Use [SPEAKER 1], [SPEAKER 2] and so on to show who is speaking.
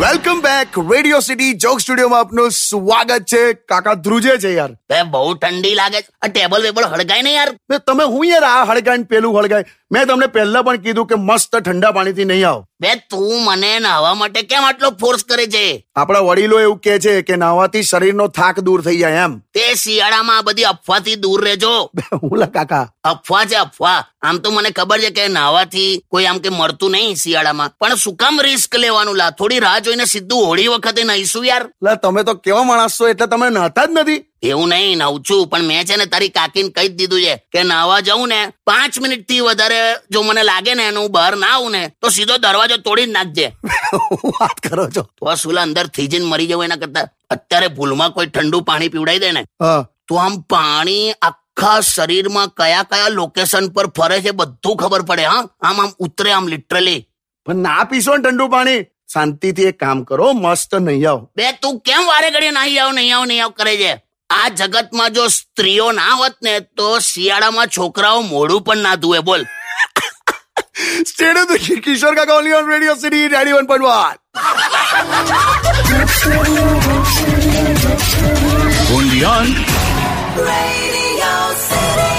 [SPEAKER 1] Back Radio City joke સ્ટુડિયોમાં આપનું સ્વાગત છે કાકા ધ્રુજે છે યાર
[SPEAKER 2] તે બહુ ઠંડી લાગે છે આ ટેબલ વેબલ હળગાય ને યાર
[SPEAKER 1] બે તમે હું યાર આ હળગાય ને પેલું હળગાય મેં તમને પહેલા પણ કીધું કે મસ્ત ઠંડા પાણીથી નહીં આવો
[SPEAKER 2] બે તું મને નાહવા માટે કેમ આટલો ફોર્સ કરે છે
[SPEAKER 1] આપણા વડીલો એવું કહે છે કે નાહવાથી શરીરનો થાક દૂર થઈ જાય એમ
[SPEAKER 2] તે શિયાળામાં આ બધી અફવાથી દૂર રહેજો
[SPEAKER 1] બે હું લા કાકા
[SPEAKER 2] અફવા છે અફવા આમ તો મને ખબર છે કે નાહવાથી કોઈ આમ કે મળતું નહીં શિયાળામાં પણ શું કામ રિસ્ક લેવાનું લા થોડી રાહ જોઈને સીધું હોળી વખતે નહીશું યાર
[SPEAKER 1] લા તમે તો કેવા માણસ છો એટલે તમે નાતા જ નથી
[SPEAKER 2] એવું નહીં નવ છું પણ મેં છે ને તારી કાકીને કહી જ દીધું છે કે નાહવા જવું ને પાંચ મિનિટ થી વધારે જો મને લાગે ને એનું બહાર ના આવું ને તો સીધો દરવાજો તોડી જ નાખજે
[SPEAKER 1] હું વાત કરો છો
[SPEAKER 2] તો આ સુલા અંદર થીજીને મરી જવું એના કરતા અત્યારે ભૂલમાં કોઈ ઠંડુ પાણી પીવડાઈ દે ને
[SPEAKER 1] હા
[SPEAKER 2] તો આમ પાણી આખા શરીરમાં કયા કયા લોકેશન પર ફરે છે બધું ખબર પડે હા આમ આમ ઉતરે આમ લિટરલી
[SPEAKER 1] પણ ના પીશો ને ઠંડુ પાણી શાંતિથી એક કામ કરો મસ્ત નહીં આવો
[SPEAKER 2] બે તું કેમ વારે ઘડીએ નહીં આવ નહીં આવ નહીં આવ કરે છે આ જગતમાં જો સ્ત્રીઓ ના હોત ને તો શિયાળામાં છોકરાઓ મોઢું પણ ના ધુએ બોલ
[SPEAKER 1] સ્ટેડિયો તો કિશોર કાકા only on Radio City radio one point one
[SPEAKER 3] Radio City.